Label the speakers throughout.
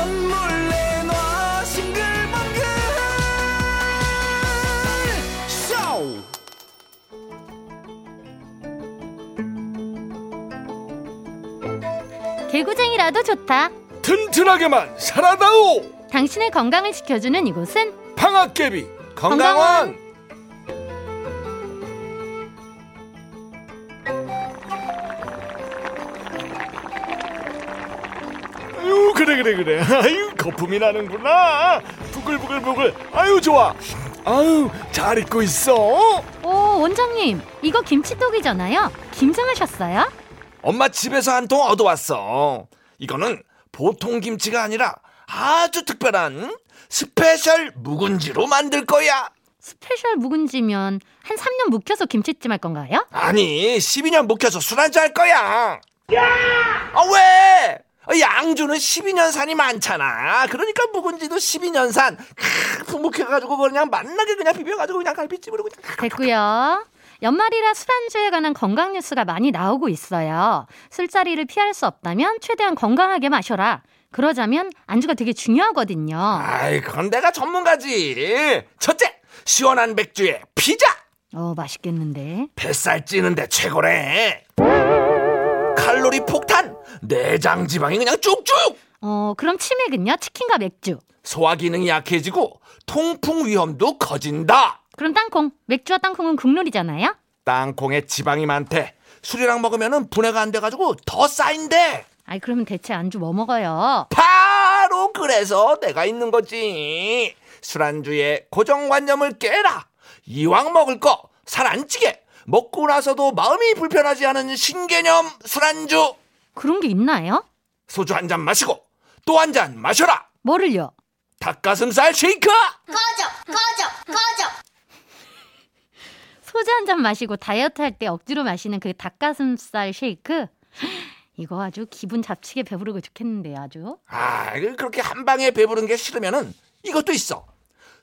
Speaker 1: 몰래 놔 싱글벙글 쇼
Speaker 2: 개구쟁이라도 좋다.
Speaker 3: 튼튼하게만 살아다오
Speaker 2: 당신의 건강을 지켜주는 이곳은
Speaker 3: 방앗개비
Speaker 2: 건강왕.
Speaker 3: 건강왕 아유 그래 그래 그래 아유 거품이 나는구나 부글부글부글 아유 좋아 아유 잘 입고 있어
Speaker 2: 오 원장님 이거 김치떡이잖아요. 김장하셨어요?
Speaker 3: 엄마 집에서 한 통 얻어왔어. 이거는 보통 김치가 아니라 아주 특별한 스페셜 묵은지로 만들 거야.
Speaker 2: 스페셜 묵은지면 한 3년 묵혀서 김치찜 할 건가요?
Speaker 3: 아니, 12년 묵혀서 술안주 할 거야. 아, 왜? 어, 양주는 12년 산이 많잖아. 그러니까 묵은지도 12년 산. 크, 묵혀가지고 그냥 맛나게 그냥 비벼가지고 그냥 갈비찜으로 그냥.
Speaker 2: 됐고요. 연말이라 술안주에 관한 건강 뉴스가 많이 나오고 있어요. 술자리를 피할 수 없다면 최대한 건강하게 마셔라. 그러자면 안주가 되게 중요하거든요.
Speaker 3: 아이, 그건 내가 전문가지. 첫째, 시원한 맥주에 피자.
Speaker 2: 어, 맛있겠는데.
Speaker 3: 뱃살 찌는데 최고래. 칼로리 폭탄, 내장 지방이 그냥 쭉쭉.
Speaker 2: 어, 그럼 치맥은요? 치킨과 맥주.
Speaker 3: 소화 기능이 약해지고 통풍 위험도 커진다.
Speaker 2: 그럼 땅콩. 맥주와 땅콩은 국룰이잖아요.
Speaker 3: 땅콩에 지방이 많대. 술이랑 먹으면 분해가 안 돼가지고 더 쌓인대.
Speaker 2: 아이, 그러면 대체 안주 뭐 먹어요?
Speaker 3: 바로 그래서 내가 있는 거지. 술안주에 고정관념을 깨라. 이왕 먹을 거 살 안 찌게. 먹고 나서도 마음이 불편하지 않은 신개념 술안주.
Speaker 2: 그런 게 있나요?
Speaker 3: 소주 한 잔 마시고 또 한 잔 마셔라.
Speaker 2: 뭐를요?
Speaker 3: 닭가슴살 쉐이크!
Speaker 2: 소주 한 잔 마시고 다이어트 할 때 억지로 마시는 그 닭가슴살 쉐이크. 이거 아주 기분 잡치게 배부르고 좋겠는데요, 아주.
Speaker 3: 아, 그렇게 한 방에 배부른 게 싫으면은 이것도 있어.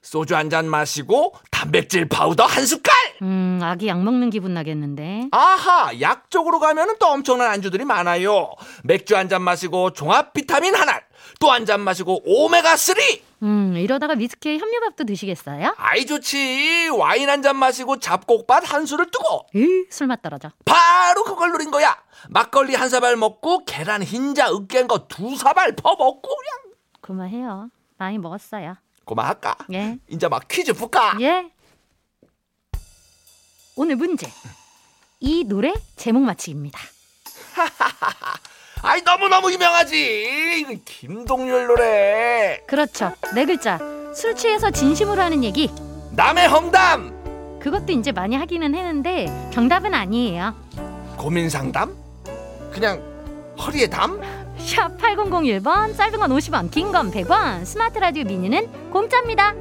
Speaker 3: 소주 한 잔 마시고 단백질 파우더 한 숟갈!
Speaker 2: 음, 아기 약 먹는 기분 나겠는데.
Speaker 3: 아하, 약 쪽으로 가면은 또 엄청난 안주들이 많아요. 맥주 한 잔 마시고 종합 비타민 하나, 또 한 잔 마시고 오메가3!
Speaker 2: 음, 이러다가 위스키에 현미밥도 드시겠어요?
Speaker 3: 아이, 좋지. 와인 한 잔 마시고 잡곡밥 한 수를 뜨고
Speaker 2: 으, 술맛 떨어져.
Speaker 3: 바로 그걸 누린 거야. 막걸리 한 사발 먹고 계란 흰자 으깬 거 두 사발 퍼먹고 그냥.
Speaker 2: 그만해요. 많이 먹었어요.
Speaker 3: 고마할까?
Speaker 2: 예.
Speaker 3: 이제 막 퀴즈 풀까?
Speaker 2: 예. 오늘 문제. 이 노래 제목 맞히기입니다.
Speaker 3: 아이 너무너무 유명하지 이거 김동률 노래
Speaker 2: 그렇죠. 네 글자. 술 취해서 진심으로 하는 얘기.
Speaker 3: 남의 험담
Speaker 2: 그것도 이제 많이 하기는 했는데 정답은 아니에요.
Speaker 3: 고민 상담 그냥 허리에 담
Speaker 2: 샵 8001번 짧은 건 50원, 긴 건 100원. 스마트 라디오 미니는 공짜입니다.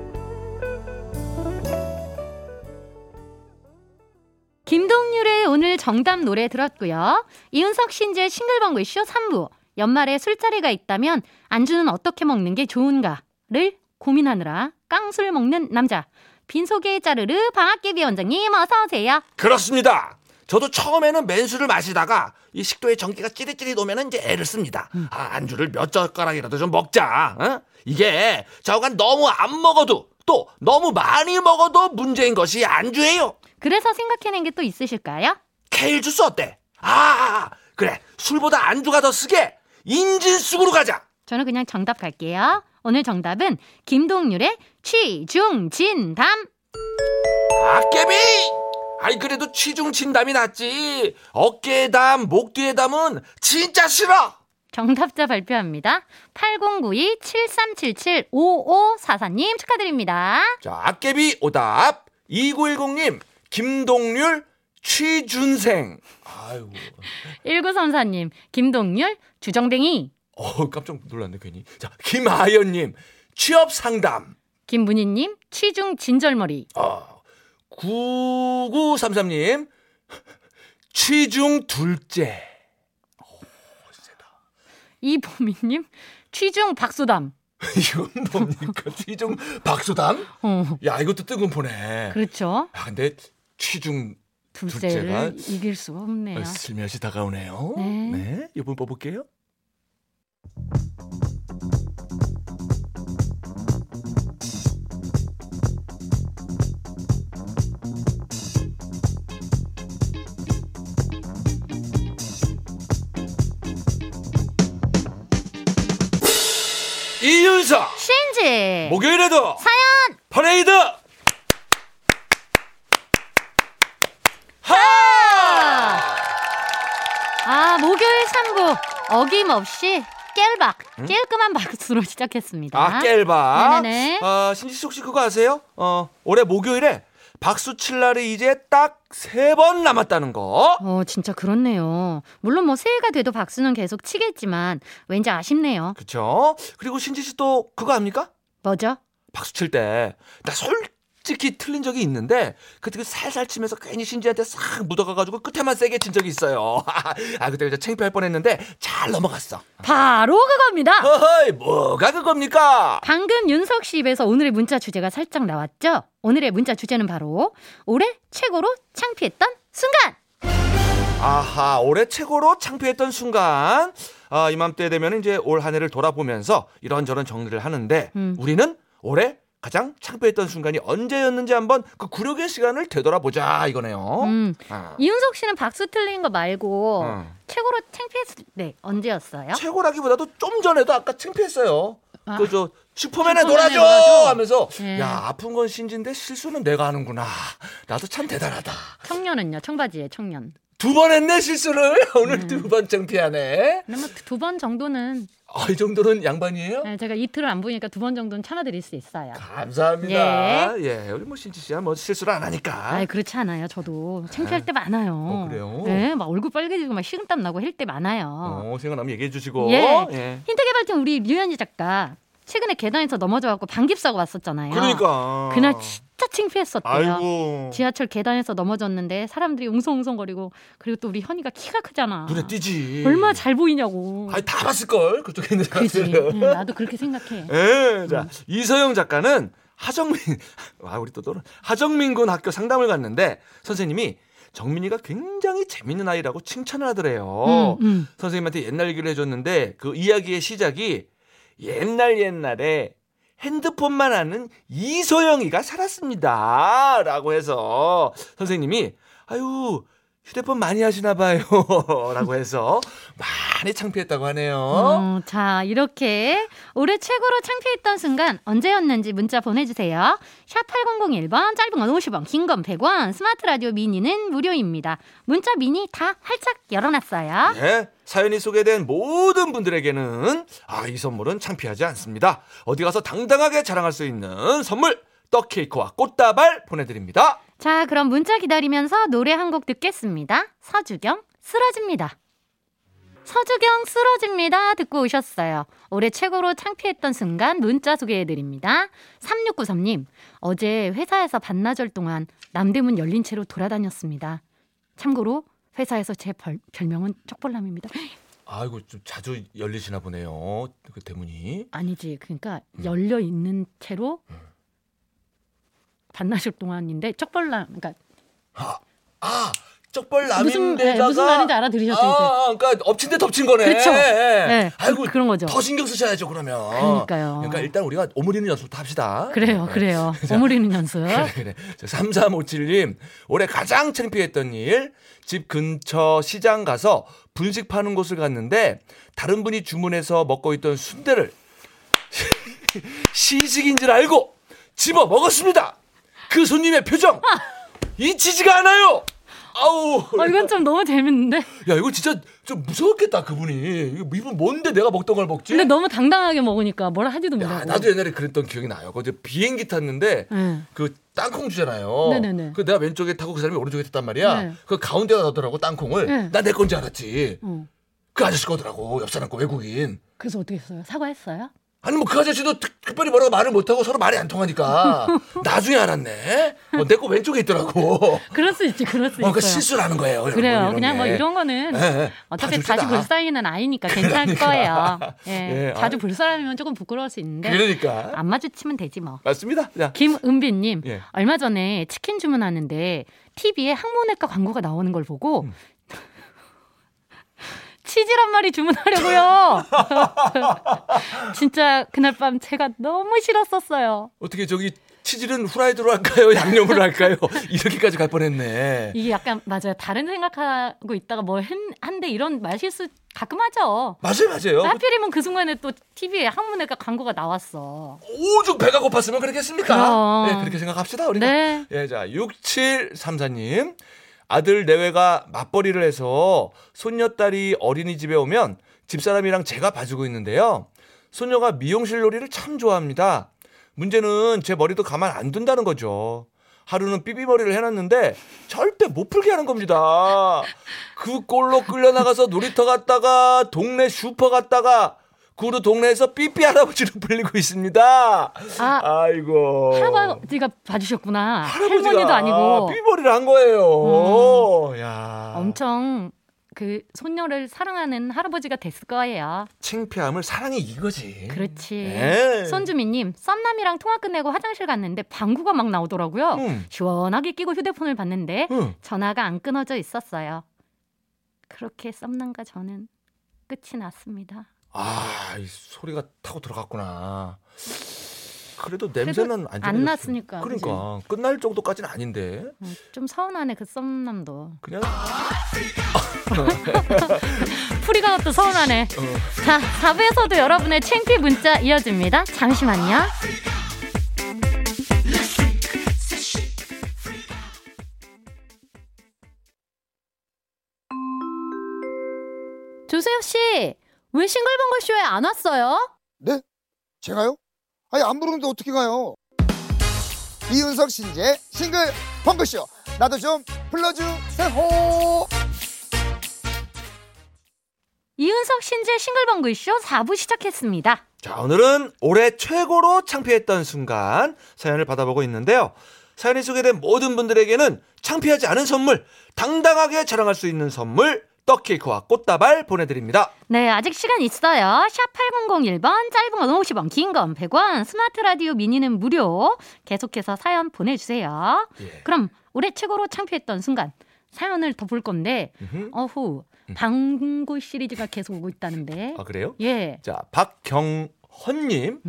Speaker 2: 김동률의 오늘 정답 노래 들었고요. 이은석 신지의 싱글벙글 쇼 3부. 연말에 술자리가 있다면 안주는 어떻게 먹는 게 좋은가를 고민하느라 깡술 먹는 남자. 빈속에 짜르르 방학개비 원장님 어서 오세요.
Speaker 3: 그렇습니다 저도 처음에는 맨수를 마시다가 이 식도에 전기가 찌릿찌릿 오면은 이제 애를 씁니다
Speaker 2: 음.
Speaker 3: 아, 안주를 몇 젓가락이라도 좀 먹자 어? 이게 저간 너무 안 먹어도 또 너무 많이 먹어도 문제인 것이 안주예요
Speaker 2: 그래서 생각해낸 게 또 있으실까요?
Speaker 3: 케일 주스 어때 아, 아 아. 그래 술보다 안주가 더 쓰게 인진쑥으로 가자
Speaker 2: 저는 그냥 정답 갈게요. 오늘 정답은 김동률의 취중진담.
Speaker 3: 아깨비! 아이 그래도 취중 진담이 낫지 어깨에 담, 목 뒤에 담은 진짜 싫어
Speaker 2: 정답자 발표합니다. 8092-7377-5544님 축하드립니다.
Speaker 3: 자 아깨비 오답 2910님 김동률 취준생 아유
Speaker 2: 1934님, 김동률, 주정뱅이,
Speaker 3: 어 깜짝 놀랐네 괜히 자 김아연님 취업 상담
Speaker 2: 김문희님, 취중진절머리,
Speaker 3: 어 9933님 취중 둘째
Speaker 2: 이보미님, 취중 박소담.
Speaker 3: 이건 뭡니까 취중 박수담
Speaker 2: 어,
Speaker 3: 야 이것도 뜨거운보네
Speaker 2: 그렇죠.
Speaker 3: 아 근데 취중
Speaker 2: 둘째를
Speaker 3: 둘째가
Speaker 2: 이길 수가 없네요.
Speaker 3: 아, 슬며시 다가오네요.
Speaker 2: 네.
Speaker 3: 네. 이번 뽑을게요. 이윤석
Speaker 2: 신지.
Speaker 3: 목요일에도
Speaker 2: 네. 사연.
Speaker 3: 퍼레이드 하!
Speaker 2: 아, 목요일 3부. 어김없이 깨박 깔끔한 박수로 시작했습니다.
Speaker 3: 아, 깰바.
Speaker 2: 네네네.
Speaker 3: 아, 신지씨 혹시 그거 아세요? 어, 올해 목요일에 박수 칠 날이 이제 딱 세 번 남았다는 거.
Speaker 2: 어, 진짜 그렇네요. 물론 뭐 새해가 돼도 박수는 계속 치겠지만 왠지 아쉽네요.
Speaker 3: 그쵸? 그리고 신지씨 또 그거 압니까?
Speaker 2: 뭐죠?
Speaker 3: 박수 칠 때 나 솔직히 틀린 적이 있는데 그때 그 살살 치면서 괜히 신지한테 싹 묻어가가지고 끝에만 세게 친 적이 있어요. 아 그때 진짜 창피할 뻔했는데 잘 넘어갔어.
Speaker 2: 바로 그겁니다.
Speaker 3: 허허이 뭐가 그겁니까?
Speaker 2: 방금 윤석 씨 입에서 오늘의 문자 주제가 살짝 나왔죠? 오늘의 문자 주제는 바로 올해 최고로 창피했던 순간!
Speaker 3: 아하 올해 최고로 창피했던 순간. 아 이맘때 되면 이제 올 한 해를 돌아보면서 이런저런 정리를 하는데
Speaker 2: 음.
Speaker 3: 우리는 올해 가장 창피했던 순간이 언제였는지 한번 그 구력의 시간을 되돌아보자 이거네요.
Speaker 2: 음,
Speaker 3: 아.
Speaker 2: 이윤석 씨는 박수 틀린 거 말고
Speaker 3: 음.
Speaker 2: 최고로 창피했을 때 언제였어요?
Speaker 3: 최고라기보다도 좀 전에도 아까 창피했어요.
Speaker 2: 아.
Speaker 3: 그저 슈퍼맨에
Speaker 2: 슈퍼맨에
Speaker 3: 놀아줘
Speaker 2: 놀아줘!
Speaker 3: 하면서
Speaker 2: 예.
Speaker 3: 야 아픈 건 신진데 실수는 내가 하는구나. 나도 참 대단하다.
Speaker 2: 청년은요? 청바지에 청년.
Speaker 3: 두 번 했네 실수를 오늘
Speaker 2: 음.
Speaker 3: 두 번 창피하네.
Speaker 2: 뭐 두 번 정도는
Speaker 3: 아, 이 정도는 양반이에요?
Speaker 2: 네, 제가 이틀을 안 보니까 두 번 정도는 참아드릴 수 있어요.
Speaker 3: 감사합니다. 예, 우리 뭐 신지 씨야 뭐 실수를 안 하니까.
Speaker 2: 아, 그렇지 않아요. 저도 창피할 때 많아요.
Speaker 3: 어, 그래요?
Speaker 2: 네, 막 얼굴 빨개지고 막 식은땀 나고 할 때 많아요.
Speaker 3: 어, 생각나면 얘기해 주시고.
Speaker 2: 예.
Speaker 3: 예.
Speaker 2: 힌트 개발팀 우리 류현지 작가 최근에 계단에서 넘어져갖고 방깁사고 왔었잖아요.
Speaker 3: 그러니까.
Speaker 2: 날 진짜 창피했었대요.
Speaker 3: 아이고.
Speaker 2: 지하철 계단에서 넘어졌는데 사람들이 웅성웅성거리고 그리고 또 우리 현이가 키가 크잖아.
Speaker 3: 눈에 띄지.
Speaker 2: 얼마나 잘 보이냐고.
Speaker 3: 아니 다 봤을 걸 그쪽에 있는
Speaker 2: 그지. 음.
Speaker 3: 사람들은.
Speaker 2: 응, 나도 그렇게 생각해.
Speaker 3: 예, 자 이서영 작가는 하정민, 아 우리 또 떠는 하정민 군 학교 상담을 갔는데 선생님이 정민이가 굉장히 재밌는 아이라고 칭찬을 하더래요.
Speaker 2: 응, 응.
Speaker 3: 선생님한테 옛날 얘기를 해줬는데 그 이야기의 시작이 옛날 옛날에 핸드폰만 하는 이소영이가 살았습니다. 라고 해서 선생님이 아유 휴대폰 많이 하시나 봐요. 라고 해서 많이 창피했다고 하네요.
Speaker 2: 어, 자, 이렇게 올해 최고로 창피했던 순간 언제였는지 문자 보내주세요. 샵 8001번, 짧은 건 50원, 긴 건 100원, 스마트 라디오 미니는 무료입니다. 문자 미니 다 활짝 열어놨어요.
Speaker 3: 네, 사연이 소개된 모든 분들에게는 아 이 선물은 창피하지 않습니다. 어디 가서 당당하게 자랑할 수 있는 선물 떡 케이크와 꽃다발 보내드립니다.
Speaker 2: 자, 그럼 문자 기다리면서 노래 한 곡 듣겠습니다. 서주경, 쓰러집니다. 서주경 쓰러집니다 듣고 오셨어요. 올해 최고로 창피했던 순간 문자 소개해드립니다. 3693님, 어제 회사에서 반나절 동안 남대문 열린 채로 돌아다녔습니다. 참고로 회사에서 제 벌- 별명은 쪽벌남입니다.
Speaker 3: 아이고 좀 자주 열리시나 보네요. 그 대문이.
Speaker 2: 아니지, 그러니까
Speaker 3: 음.
Speaker 2: 열려 있는 채로 반나절 동안인데 쪽벌남, 그러니까
Speaker 3: 아 쪽벌
Speaker 2: 무슨-
Speaker 3: 남인데다가
Speaker 2: 네, 무슨 말인지 알아들으셨죠, 이제?
Speaker 3: 아, 그러니까 엎친 데 덮친 거네.
Speaker 2: 그렇죠.
Speaker 3: 예.
Speaker 2: 네,
Speaker 3: 아이고
Speaker 2: 그- 그런 거죠.
Speaker 3: 더 신경 쓰셔야죠 그러면.
Speaker 2: 그러니까요.
Speaker 3: 그러니까 일단 우리가 오므리는 연습부터 합시다.
Speaker 2: 그래요,
Speaker 3: 네.
Speaker 2: 그래요. 오므리는 연습.
Speaker 3: 그래. 3357님, 네. 올해 가장 창피했던 일, 집 근처 시장 가서 분식 파는 곳을 갔는데, 다른 분이 주문해서 먹고 있던 순대를 시식인 줄 알고 집어 먹었습니다! 그 손님의 표정! 잊히지가 않아요! 아우!
Speaker 2: 어, 이건 좀 너무 재밌는데?
Speaker 3: 야, 이거 진짜 좀 무서웠겠다, 그분이. 이거 이분 뭔데 내가 먹던 걸 먹지?
Speaker 2: 근데 너무 당당하게 먹으니까 뭐라 하지도
Speaker 3: 야,
Speaker 2: 못하고.
Speaker 3: 나도 옛날에 그랬던 기억이 나요. 어제 비행기 탔는데
Speaker 2: 예.
Speaker 3: 그 땅콩 주잖아요.
Speaker 2: 네네네.
Speaker 3: 그 내가 왼쪽에 타고 그 사람이 오른쪽에 탔단 말이야.
Speaker 2: 네.
Speaker 3: 그 가운데다 넣더라고 땅콩을.
Speaker 2: 네.
Speaker 3: 난 내 건 줄 알았지.
Speaker 2: 어.
Speaker 3: 그 아저씨 거더라고. 옆 사람 거 외국인.
Speaker 2: 그래서 어떻게 했어요? 사과했어요?
Speaker 3: 아니 뭐 그 아저씨도 특, 별히 뭐라고 말을 못하고 서로 말이 안 통하니까 나중에 알았네. 어, 내 거 왼쪽에 있더라고. 어,
Speaker 2: 그럴 수 있지, 그럴 수
Speaker 3: 그러니까
Speaker 2: 있어요.
Speaker 3: 실수라는 거예요. 여러분,
Speaker 2: 그래요.
Speaker 3: 이런
Speaker 2: 그냥 뭐
Speaker 3: 게.
Speaker 2: 이런 거는
Speaker 3: 예, 예.
Speaker 2: 어차피
Speaker 3: 봐줍시다.
Speaker 2: 자주 볼 사이는 아니니까 괜찮을 거예요. 예.
Speaker 3: 예,
Speaker 2: 자주 볼 사람이면 조금 부끄러울 수 있는데 아.
Speaker 3: 그러니까
Speaker 2: 안 마주치면 되지 뭐.
Speaker 3: 맞습니다. 야,
Speaker 2: 김은비님
Speaker 3: 예.
Speaker 2: 얼마 전에 치킨 주문하는데 TV에 항문외과 광고가 나오는 걸 보고
Speaker 3: 음.
Speaker 2: 치질 한 마리 주문하려고요. 진짜 그날 밤 제가 너무 싫었었어요.
Speaker 3: 어떻게 저기 치질은 후라이드로 할까요? 양념으로 할까요? 이렇게까지 갈 뻔했네.
Speaker 2: 이게 약간 맞아요. 다른 생각하고 있다가 뭘 했- 한데 이런 말실수 가끔 하죠.
Speaker 3: 맞아요, 맞아요.
Speaker 2: 하필이면 그 순간에 또 TV에 한문회가 광고가 나왔어.
Speaker 3: 오죽 배가 고팠으면 그랬겠습니까?
Speaker 2: 그럼.
Speaker 3: 네, 그렇게 생각합시다, 우리가.
Speaker 2: 네.
Speaker 3: 예, 자, 6734님. 아들 내외가 맞벌이를 해서 손녀딸이 어린이집에 오면 집사람이랑 제가 봐주고 있는데요. 손녀가 미용실 놀이를 참 좋아합니다. 문제는 제 머리도 가만 안 둔다는 거죠. 하루는 삐삐머리를 해놨는데 절대 못 풀게 하는 겁니다. 그 꼴로 끌려나가서 놀이터 갔다가 동네 슈퍼 갔다가 그 후로 동네에서 삐삐 할아버지로 불리고 있습니다.
Speaker 2: 아,
Speaker 3: 아이고.
Speaker 2: 할아버지가 봐주셨구나.
Speaker 3: 할아버지가
Speaker 2: 할머니도 아니고. 음.
Speaker 3: 삐머리를 한 거예요. 야.
Speaker 2: 엄청 그 손녀를 사랑하는 할아버지가 됐을 거예요.
Speaker 3: 창피함을 사랑이 이거지.
Speaker 2: 그렇지.
Speaker 3: 예.
Speaker 2: 손주미님, 썸남이랑 통화 끝내고 화장실 갔는데 방구가 막 나오더라고요.
Speaker 3: 음.
Speaker 2: 시원하게 끼고 휴대폰을 봤는데
Speaker 3: 응.
Speaker 2: 전화가 안 끊어져 있었어요. 그렇게 썸남과 저는 끝이 났습니다.
Speaker 3: 아, 이 소리가 타고 들어갔구나. 그래도 냄새는 안,
Speaker 2: 안
Speaker 3: 좋아졌어.
Speaker 2: 났으니까,
Speaker 3: 그러니까 끝날 정도까지는 아닌데
Speaker 2: 음, 좀 서운하네 그 썸남도.
Speaker 3: 그냥
Speaker 2: 풀이가 또 서운하네. 자, 4부에서도 여러분의 챙피 문자 이어집니다. 잠시만요. 조세혁 씨, 왜 싱글벙글 쇼에 안 왔어요?
Speaker 4: 제가요? 아니 안 부르는데 어떻게 가요? 이윤석 신재 싱글 펑크쇼 나도 좀 불러주세요.
Speaker 2: 이은석 신재 싱글벙글 쇼 4부 시작했습니다.
Speaker 3: 자, 오늘은 올해 최고로 창피했던 순간 사연을 받아보고 있는데요. 사연이 소개된 모든 분들에게는 창피하지 않은 선물, 당당하게 자랑할 수 있는 선물, 떡케이크와 꽃다발 보내드립니다.
Speaker 2: 네, 아직 시간 있어요. 샵 8001번, 짧은 건 50원, 긴 건 100원, 스마트 라디오 미니는 무료. 계속해서 사연 보내주세요.
Speaker 3: 예.
Speaker 2: 그럼 올해 최고로 창피했던 순간, 사연을 더 볼 건데,
Speaker 3: 음흠.
Speaker 2: 어후, 방구 시리즈가 계속 오고 있다는데.
Speaker 3: 아, 그래요?
Speaker 2: 예.
Speaker 3: 자, 박경헌님.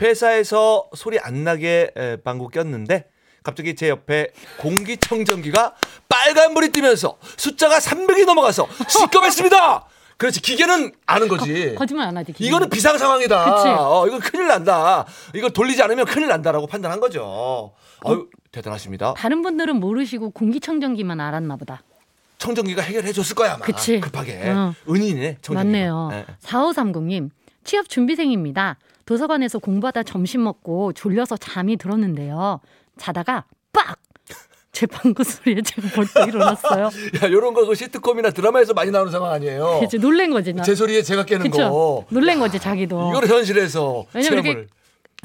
Speaker 3: 회사에서 소리 안 나게 에, 방구 꼈는데 갑자기 제 옆에 공기청정기가 빨간불이 뛰면서 숫자가 300이 넘어가서 시끄럽습니다! 그렇지, 기계는 아는 거지.
Speaker 2: 거짓말 안 하지. 기계.
Speaker 3: 이거는 비상 상황이다.
Speaker 2: 그치.
Speaker 3: 어, 이거 큰일 난다. 이걸 돌리지 않으면 큰일 난다라고 판단한 거죠.
Speaker 2: 그
Speaker 3: 아유, 대단하십니다.
Speaker 2: 다른 분들은 모르시고 공기청정기만 알았나 보다.
Speaker 3: 청정기가 해결해 줬을 거야, 아마.
Speaker 2: 그치.
Speaker 3: 급하게.
Speaker 2: 어.
Speaker 3: 은인이네, 예. 청정기.
Speaker 2: 맞네요. 4530님, 취업 준비생입니다. 도서관에서 공부하다 점심 먹고 졸려서 잠이 들었는데요. 자다가 빡! 제 방구 소리에 제가 벌떡 일어났어요.
Speaker 3: 야, 요런 거그 시트콤이나 드라마에서 많이 나오는 상황 아니에요.
Speaker 2: 이제 놀란 거지, 나.
Speaker 3: 제 소리에 제가 깨는
Speaker 2: 그쵸?
Speaker 3: 어. 거.
Speaker 2: 놀란 거지, 자기도.
Speaker 3: 이거를 현실에서
Speaker 2: 왜냐면
Speaker 3: 체험을.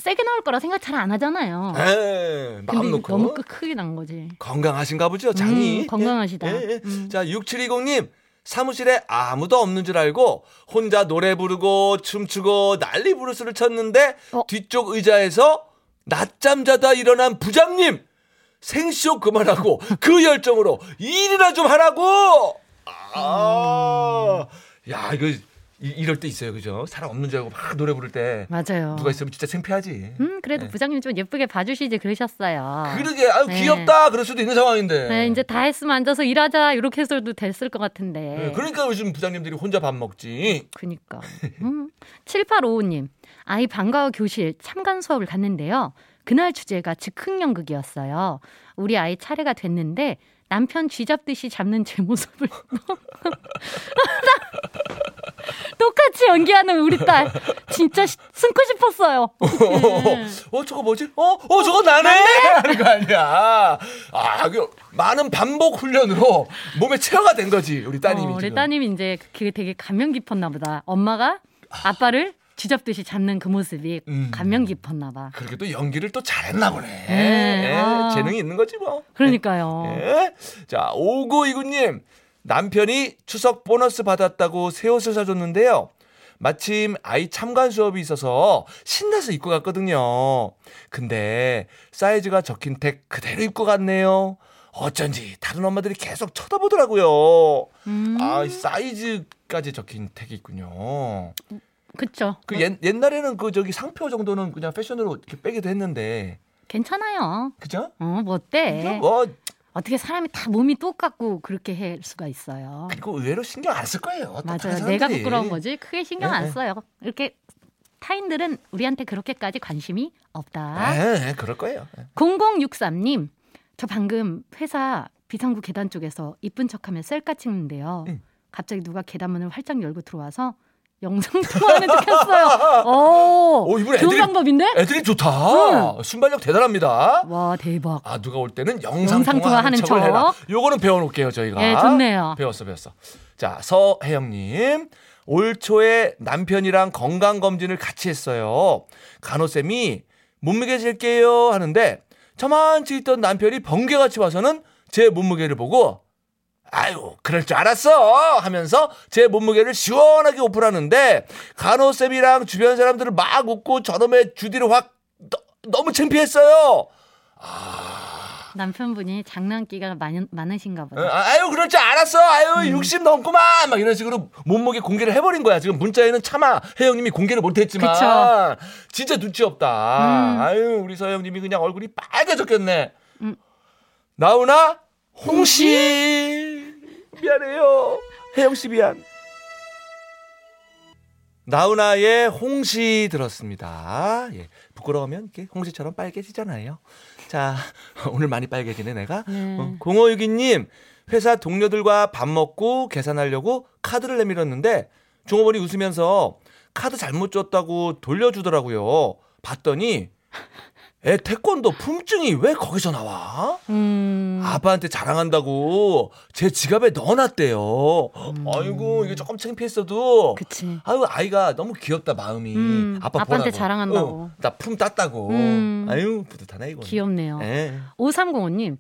Speaker 2: 세게 나올 거라 생각 잘 안 하잖아요.
Speaker 3: 에, 예, 마음
Speaker 2: 근데
Speaker 3: 놓고.
Speaker 2: 너무 크- 크게 난 거지.
Speaker 3: 건강하신가 보죠, 장이.
Speaker 2: 음, 건강하시다.
Speaker 3: 예, 예. 자, 6720님. 사무실에 아무도 없는 줄 알고 혼자 노래 부르고 춤추고 난리 부르스를 쳤는데
Speaker 2: 어?
Speaker 3: 뒤쪽 의자에서 낮잠 자다 일어난 부장님 생쇼 그만하고 그 열정으로 일이나 좀 하라고 아,
Speaker 2: 음.
Speaker 3: 야 이거 이, 이럴 때 있어요 그죠 사람 없는 줄 알고 막 노래 부를 때
Speaker 2: 맞아요.
Speaker 3: 누가 있으면 진짜 창피하지
Speaker 2: 음, 그래도 부장님 좀 예쁘게 봐주시지 그러셨어요.
Speaker 3: 그러게 아유
Speaker 2: 네.
Speaker 3: 귀엽다 그럴 수도 있는 상황인데
Speaker 2: 네, 이제 다 했으면 앉아서 일하자 이렇게 해서도 됐을 것 같은데.
Speaker 3: 네, 그러니까 요즘 부장님들이 혼자 밥 먹지.
Speaker 2: 그니까. 음. 7855님. 아이 방과후 교실 참관 수업을 갔는데요. 그날 주제가 즉흥연극이었어요. 우리 아이 차례가 됐는데 남편 쥐잡듯이 잡는 제 모습을 똑같이 연기하는 우리 딸 진짜 시- 숨고 싶었어요. 어떡해.
Speaker 3: 어, 저거 뭐지? 어, 어, 저거 나네? 하는 거 아니야. 아, 그, 많은 반복 훈련으로 몸에 체화가 된 거지, 우리 따님이.
Speaker 2: 어, 우리
Speaker 3: 지금.
Speaker 2: 따님이 이제 그게 되게 감명 깊었나 보다. 엄마가 아빠를 쥐잡듯이 잡는 그 모습이
Speaker 3: 음.
Speaker 2: 감명 깊었나 봐.
Speaker 3: 그렇게 또 연기를 또 잘했나 보네.
Speaker 2: 네,
Speaker 3: 예,
Speaker 2: 아.
Speaker 3: 재능이 있는 거지, 뭐.
Speaker 2: 그러니까요.
Speaker 3: 예. 자, 5929님. 남편이 추석 보너스 받았다고 새 옷을 사줬는데요. 마침 아이 참관 수업이 있어서 신나서 입고 갔거든요. 근데 사이즈가 적힌 택 그대로 입고 갔네요. 어쩐지 다른 엄마들이 계속 쳐다보더라고요.
Speaker 2: 음.
Speaker 3: 아, 사이즈까지 적힌 택이 있군요.
Speaker 2: 그쵸.
Speaker 3: 그 옛, 옛날에는 그 저기 상표 정도는 그냥 패션으로 이렇게 빼기도 했는데
Speaker 2: 괜찮아요.
Speaker 3: 그죠?
Speaker 2: 어, 뭐 어때?
Speaker 3: 뭐
Speaker 2: 어떻게 사람이 다 몸이 똑같고 그렇게 할 수가 있어요.
Speaker 3: 그리고 의외로 신경 안 쓸 거예요. 똑똑한
Speaker 2: 맞아요.
Speaker 3: 그러니까 사람들이.
Speaker 2: 내가 부끄러운 거지. 크게 신경
Speaker 3: 네,
Speaker 2: 안
Speaker 3: 네.
Speaker 2: 써요. 이렇게 타인들은 우리한테 그렇게까지 관심이 없다.
Speaker 3: 네, 네, 그럴 거예요. 네.
Speaker 2: 0063님, 저 방금 회사 비상구 계단 쪽에서 이쁜 척하며 셀카 찍는데요.
Speaker 3: 응.
Speaker 2: 갑자기 누가 계단문을 활짝 열고 들어와서 영상 통화하는 척했어요. 오,
Speaker 3: 오, 이분 애들이-
Speaker 2: 좋은 방법인데?
Speaker 3: 애들이 좋다.
Speaker 2: 음.
Speaker 3: 순발력 대단합니다.
Speaker 2: 와 대박.
Speaker 3: 아 누가 올 때는 영상,
Speaker 2: 영상
Speaker 3: 통화하는
Speaker 2: 통화하는
Speaker 3: 척을
Speaker 2: 척.
Speaker 3: 해라. 요거는 배워놓을게요 저희가.
Speaker 2: 예, 좋네요.
Speaker 3: 배웠어 배웠어. 자 서혜영님 올 초에 남편이랑 건강 검진을 같이 했어요. 간호 쌤이 몸무게 질게요 하는데 저만치 있던 남편이 번개같이 와서는 제 몸무게를 보고 아유, 그럴 줄 알았어! 하면서 제 몸무게를 시원하게 오픈하는데, 간호쌤이랑 주변 사람들을 막 웃고 저놈의 주디를 확, 너, 너무 창피했어요!
Speaker 2: 남편분이 장난기가 많, 많으신가
Speaker 3: 어,
Speaker 2: 보다.
Speaker 3: 아유 그럴 줄 알았어 아유
Speaker 2: 음.
Speaker 3: 60 넘구만 막 이런 식으로 몸무게 공개를 해버린 거야 지금 문자에는 차마 혜영님이 공개를 못했지만
Speaker 2: 그쵸.
Speaker 3: 진짜 눈치 없다
Speaker 2: 음.
Speaker 3: 아유 우리 서혜영님이 그냥 얼굴이 빨개졌겠네
Speaker 2: 음.
Speaker 3: 나훈아 홍씨 미안해요 혜영씨 미안 나훈아의 홍시 들었습니다. 예, 부끄러우면 이렇게 홍시처럼 빨개지잖아요. 자, 오늘 많이 빨개지네 내가.
Speaker 2: 네.
Speaker 3: 어, 0562님 회사 동료들과 밥 먹고 계산하려고 카드를 내밀었는데 종업원이 웃으면서 카드 잘못 줬다고 돌려주더라고요. 봤더니 애 태권도 품증이 왜 거기서 나와?
Speaker 2: 음,
Speaker 3: 아빠한테 자랑한다고 제 지갑에 넣어놨대요. 음. 아이고 음. 이게 조금 창피했어도
Speaker 2: 음. 그치.
Speaker 3: 아유 아이가 너무 귀엽다 마음이
Speaker 2: 음,
Speaker 3: 아빠
Speaker 2: 아빠한테
Speaker 3: 보라고. 어,
Speaker 2: 자랑한다고.
Speaker 3: 나 품 땄다고
Speaker 2: 음.
Speaker 3: 아유 뿌듯하네 이거
Speaker 2: 귀엽네요.
Speaker 3: 예.
Speaker 2: 5305님,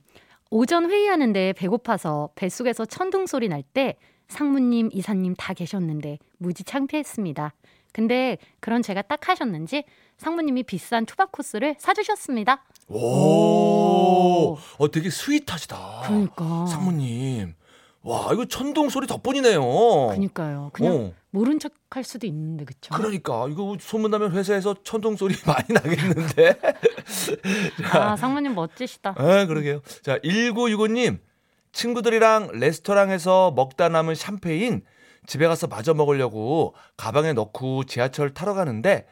Speaker 2: 오전 회의하는데 배고파서 뱃속에서 천둥 소리 날 때 상무님, 이사님 다 계셨는데 무지 창피했습니다. 근데 그런 제가 딱 하셨는지 상무님이 비싼 초밥 코스를 사주셨습니다.
Speaker 3: 오,
Speaker 2: 오.
Speaker 3: 어 되게 스윗하시다.
Speaker 2: 그러니까.
Speaker 3: 사모님, 와 이거 천둥 소리 덕분이네요.
Speaker 2: 그러니까요. 그냥
Speaker 3: 어.
Speaker 2: 모른 척 할 수도 있는데 그쵸?
Speaker 3: 그러니까 이거 소문나면 회사에서 천둥 소리 많이 나겠는데. 그러니까.
Speaker 2: 아 상무님 멋지시다.
Speaker 3: 아, 그러게요. 자, 1965님. 친구들이랑 레스토랑에서 먹다 남은 샴페인 집에 가서 마저 먹으려고 가방에 넣고 지하철 타러 가는데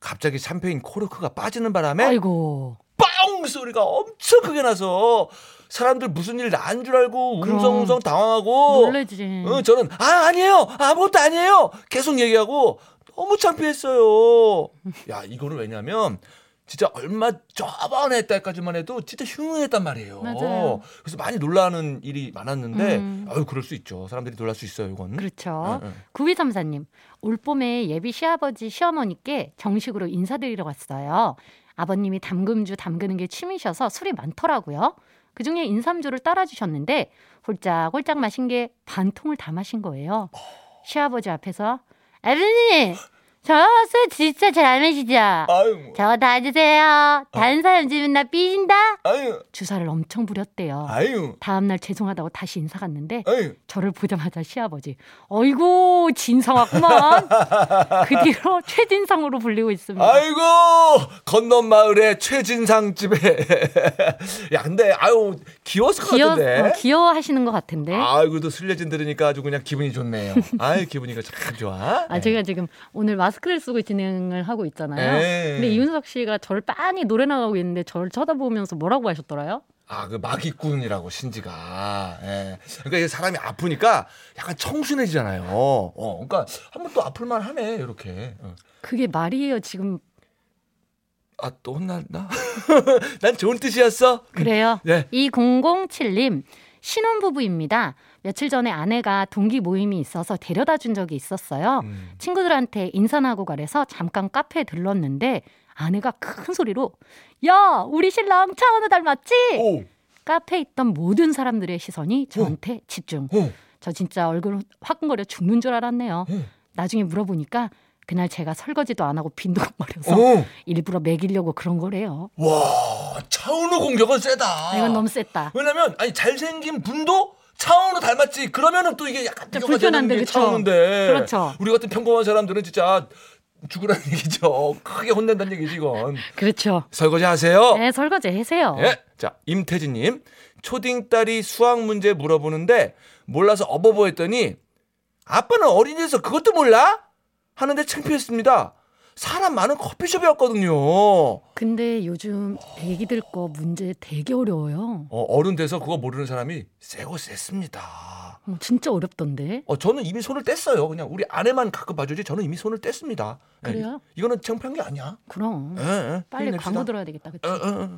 Speaker 3: 갑자기 샴페인 코르크가 빠지는 바람에
Speaker 2: 아이고.
Speaker 3: 빵 소리가 엄청 크게 나서 사람들 무슨 일 난 줄 알고
Speaker 2: 그럼.
Speaker 3: 웅성웅성 당황하고
Speaker 2: 놀래지.
Speaker 3: 어, 저는 아 아니에요 아무것도 아니에요 계속 얘기하고 너무 창피했어요. 야 이거는 왜냐면 진짜 얼마 저번에 때까지만 해도 진짜 흉흉했단 말이에요.
Speaker 2: 맞아요.
Speaker 3: 그래서 많이 놀라는 일이 많았는데
Speaker 2: 음.
Speaker 3: 아유 그럴 수 있죠. 사람들이 놀랄 수 있어요 이건. 예,
Speaker 2: 그렇죠.
Speaker 3: 응, 응.
Speaker 2: 9234님, 올봄에 예비 시아버지, 시어머니께 정식으로 인사드리러 갔어요. 아버님이 담금주 담그는 게 취미셔서 술이 많더라고요. 그 중에 인삼주를 따라주셨는데, 홀짝홀짝 마신 게 반 통을 다 마신 거예요. 시아버지 앞에서, 아버님! 저 술 진짜 잘 마시죠?
Speaker 3: 아유 뭐,
Speaker 2: 저거 다 주세요. 다른 사람 주면 나 삐진다?
Speaker 3: 아유
Speaker 2: 주사를 엄청 부렸대요.
Speaker 3: 아유
Speaker 2: 다음날 죄송하다고 다시 인사 갔는데,
Speaker 3: 아유
Speaker 2: 저를 보자마자 시아버지, 어이구, 진상 왔구만. 그 뒤로 최진상으로 불리고 있습니다.
Speaker 3: 아이고 건넌 마을의 최진상 집에 야 근데 아유 귀여웠을 것
Speaker 2: 귀여,
Speaker 3: 같은데.
Speaker 2: 어, 귀여워하시는 것 같은데. 아,
Speaker 3: 아이고 또 술래진 들으니까 아주 그냥 기분이 좋네요. 아유 기분이가 그렇죠. 참 좋아. 예.
Speaker 2: 제가 지금 오늘 마스크를 쓰고 진행을 하고 있잖아요.
Speaker 3: 에이.
Speaker 2: 근데 이윤석 씨가 저를 빤히 노래 나가고 있는데 저를 쳐다보면서 뭐라고 하셨더라요?
Speaker 3: 아, 그 마기꾼이라고 신지가. 예. 그러니까 이게 사람이 아프니까 약간 청순해지잖아요. 어, 그러니까 한 번 또 아플만 하네, 이렇게. 어.
Speaker 2: 그게 말이에요, 지금.
Speaker 3: 아, 또 혼났나? 난 좋은 뜻이었어.
Speaker 2: 그래요.
Speaker 3: 네.
Speaker 2: 이 2007님 신혼부부입니다. 며칠 전에 아내가 동기 모임이 있어서 데려다 준 적이 있었어요.
Speaker 3: 음.
Speaker 2: 친구들한테 인사하고 가래서 잠깐 카페에 들렀는데 아내가 큰 소리로 야 우리 신랑 차은우 닮았지?
Speaker 3: 오,
Speaker 2: 카페에 있던 모든 사람들의 시선이 저한테 집중.
Speaker 3: 오.
Speaker 2: 저 진짜 얼굴 화끈거려 죽는 줄 알았네요.
Speaker 3: 음.
Speaker 2: 나중에 물어보니까 그날 제가 설거지도 안 하고 빈둥거려서
Speaker 3: 오.
Speaker 2: 일부러 먹이려고 그런 거래요.
Speaker 3: 와, 차은우 공격은 세다.
Speaker 2: 아, 이건 너무 셌다.
Speaker 3: 왜냐면, 아니, 잘생긴 분도 차은우 닮았지. 그러면은 또 이게 약간
Speaker 2: 좀
Speaker 3: 비교가 되는
Speaker 2: 불편한데,
Speaker 3: 게
Speaker 2: 그쵸?
Speaker 3: 차은우인데.
Speaker 2: 그렇죠.
Speaker 3: 우리 같은 평범한 사람들은 진짜 죽으라는 얘기죠. 크게 혼낸다는 얘기지 이건.
Speaker 2: 그렇죠.
Speaker 3: 설거지 하세요.
Speaker 2: 네, 설거지 해세요.
Speaker 3: 예. 자, 임태진님. 초딩 딸이 수학 문제 물어보는데 몰라서 어버버 했더니 아빠는 어린이에서 그것도 몰라? 하는데 창피했습니다. 사람 많은 커피숍이었거든요. 어,
Speaker 2: 근데 요즘 애기들 거 문제 되게 어려워요.
Speaker 3: 어른 돼서 그거 모르는 사람이 세고 셌습니다.
Speaker 2: 어, 진짜 어렵던데.
Speaker 3: 어, 저는 이미 손을 뗐어요. 그냥 우리 아내만 가끔 봐주지 저는 이미 손을 뗐습니다. 예,
Speaker 2: 그래요?
Speaker 3: 이거는 창피한 게 아니야.
Speaker 2: 그럼
Speaker 3: 예, 예,
Speaker 2: 빨리
Speaker 3: 힘냅시다.
Speaker 2: 광고 들어야 되겠다. 그치?
Speaker 3: 예, 예, 예.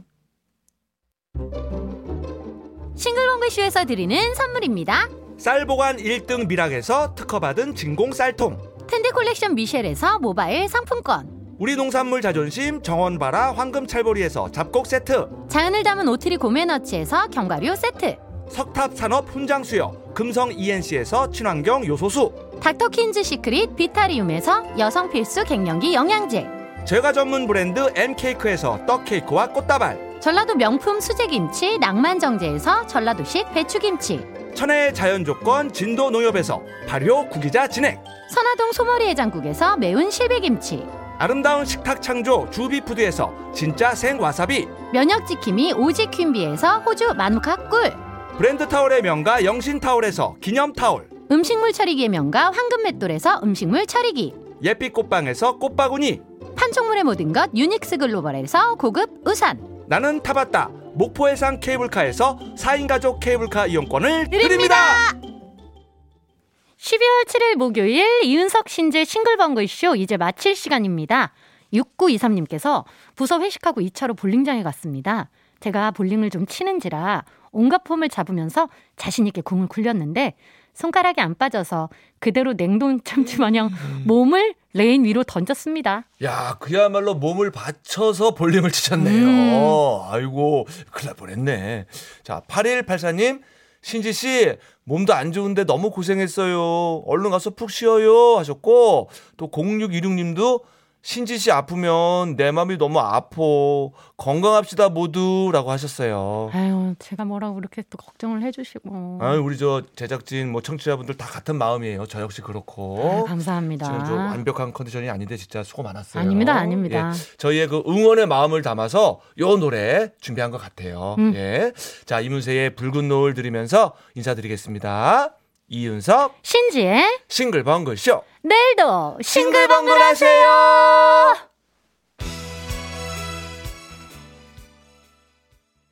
Speaker 2: 싱글벙글쇼에서 드리는 선물입니다.
Speaker 3: 쌀 보관 1등 미락에서 특허받은 진공 쌀통.
Speaker 2: 텐데 콜렉션 미셸에서 모바일 상품권.
Speaker 3: 우리 농산물 자존심 정원바라 황금찰보리에서 잡곡 세트
Speaker 2: 자연을 담은 오트리 고메너치에서 견과류 세트.
Speaker 3: 석탑산업 훈장수여 금성 ENC에서 친환경 요소수
Speaker 2: 닥터킨즈 시크릿 비타리움에서 여성 필수 갱년기 영양제.
Speaker 3: 제과 전문 브랜드 M케이크에서 떡케이크와 꽃다발
Speaker 2: 전라도 명품 수제김치 낭만정제에서 전라도식 배추김치.
Speaker 3: 천혜의 자연조건 진도농협에서 발효 구기자 진액
Speaker 2: 선화동 소머리 해장국에서 매운 실비김치.
Speaker 3: 아름다운 식탁 창조 주비푸드에서 진짜 생와사비
Speaker 2: 면역지킴이 오지 퀸비에서 호주 마누카 꿀.
Speaker 3: 브랜드 타올의 명가 영신타올에서 기념타올
Speaker 2: 음식물 처리기의 명가 황금맷돌에서 음식물 처리기.
Speaker 3: 예삐 꽃방에서 꽃바구니
Speaker 2: 판촉물의 모든 것 유닉스 글로벌에서 고급 우산.
Speaker 3: 나는 타봤다 목포해상 케이블카에서 4인 가족 케이블카 이용권을 드립니다,
Speaker 2: 12월 7일 목요일 이은석 신재 싱글벙글쇼 이제 마칠 시간입니다. 6923님께서 부서 회식하고 2차로 볼링장에 갔습니다. 제가 볼링을 좀 치는지라 온갖 폼을 잡으면서 자신있게 공을 굴렸는데 손가락이 안 빠져서 그대로 냉동 참치 마냥 몸을 레인 위로 던졌습니다.
Speaker 3: 야, 그야말로 몸을 받쳐서 볼링을 치셨네요.
Speaker 2: 음.
Speaker 3: 아이고, 큰일 날 뻔했네. 자, 8184님, 신지씨, 몸도 안 좋은데 너무 고생했어요. 얼른 가서 푹 쉬어요. 하셨고, 또 0616님도, 신지씨 아프면 내 마음이 너무 아파. 건강합시다, 모두. 라고 하셨어요.
Speaker 2: 아유, 제가 뭐라고 그렇게 또 걱정을 해주시고.
Speaker 3: 아 우리 저 제작진, 뭐 청취자분들 다 같은 마음이에요. 저 역시
Speaker 2: 아유,
Speaker 3: 그렇고.
Speaker 2: 감사합니다.
Speaker 3: 지금 좀 완벽한 컨디션이 아닌데 진짜 수고 많았어요.
Speaker 2: 아닙니다, 아닙니다.
Speaker 3: 예, 저희의 그 응원의 마음을 담아서 요 노래 준비한 것 같아요.
Speaker 2: 음.
Speaker 3: 예. 자, 이문세의 붉은 노을 들으면서 인사드리겠습니다. 이윤석
Speaker 2: 신지의
Speaker 3: 싱글벙글 쇼.
Speaker 2: 내일도 싱글벙글
Speaker 3: 하세요.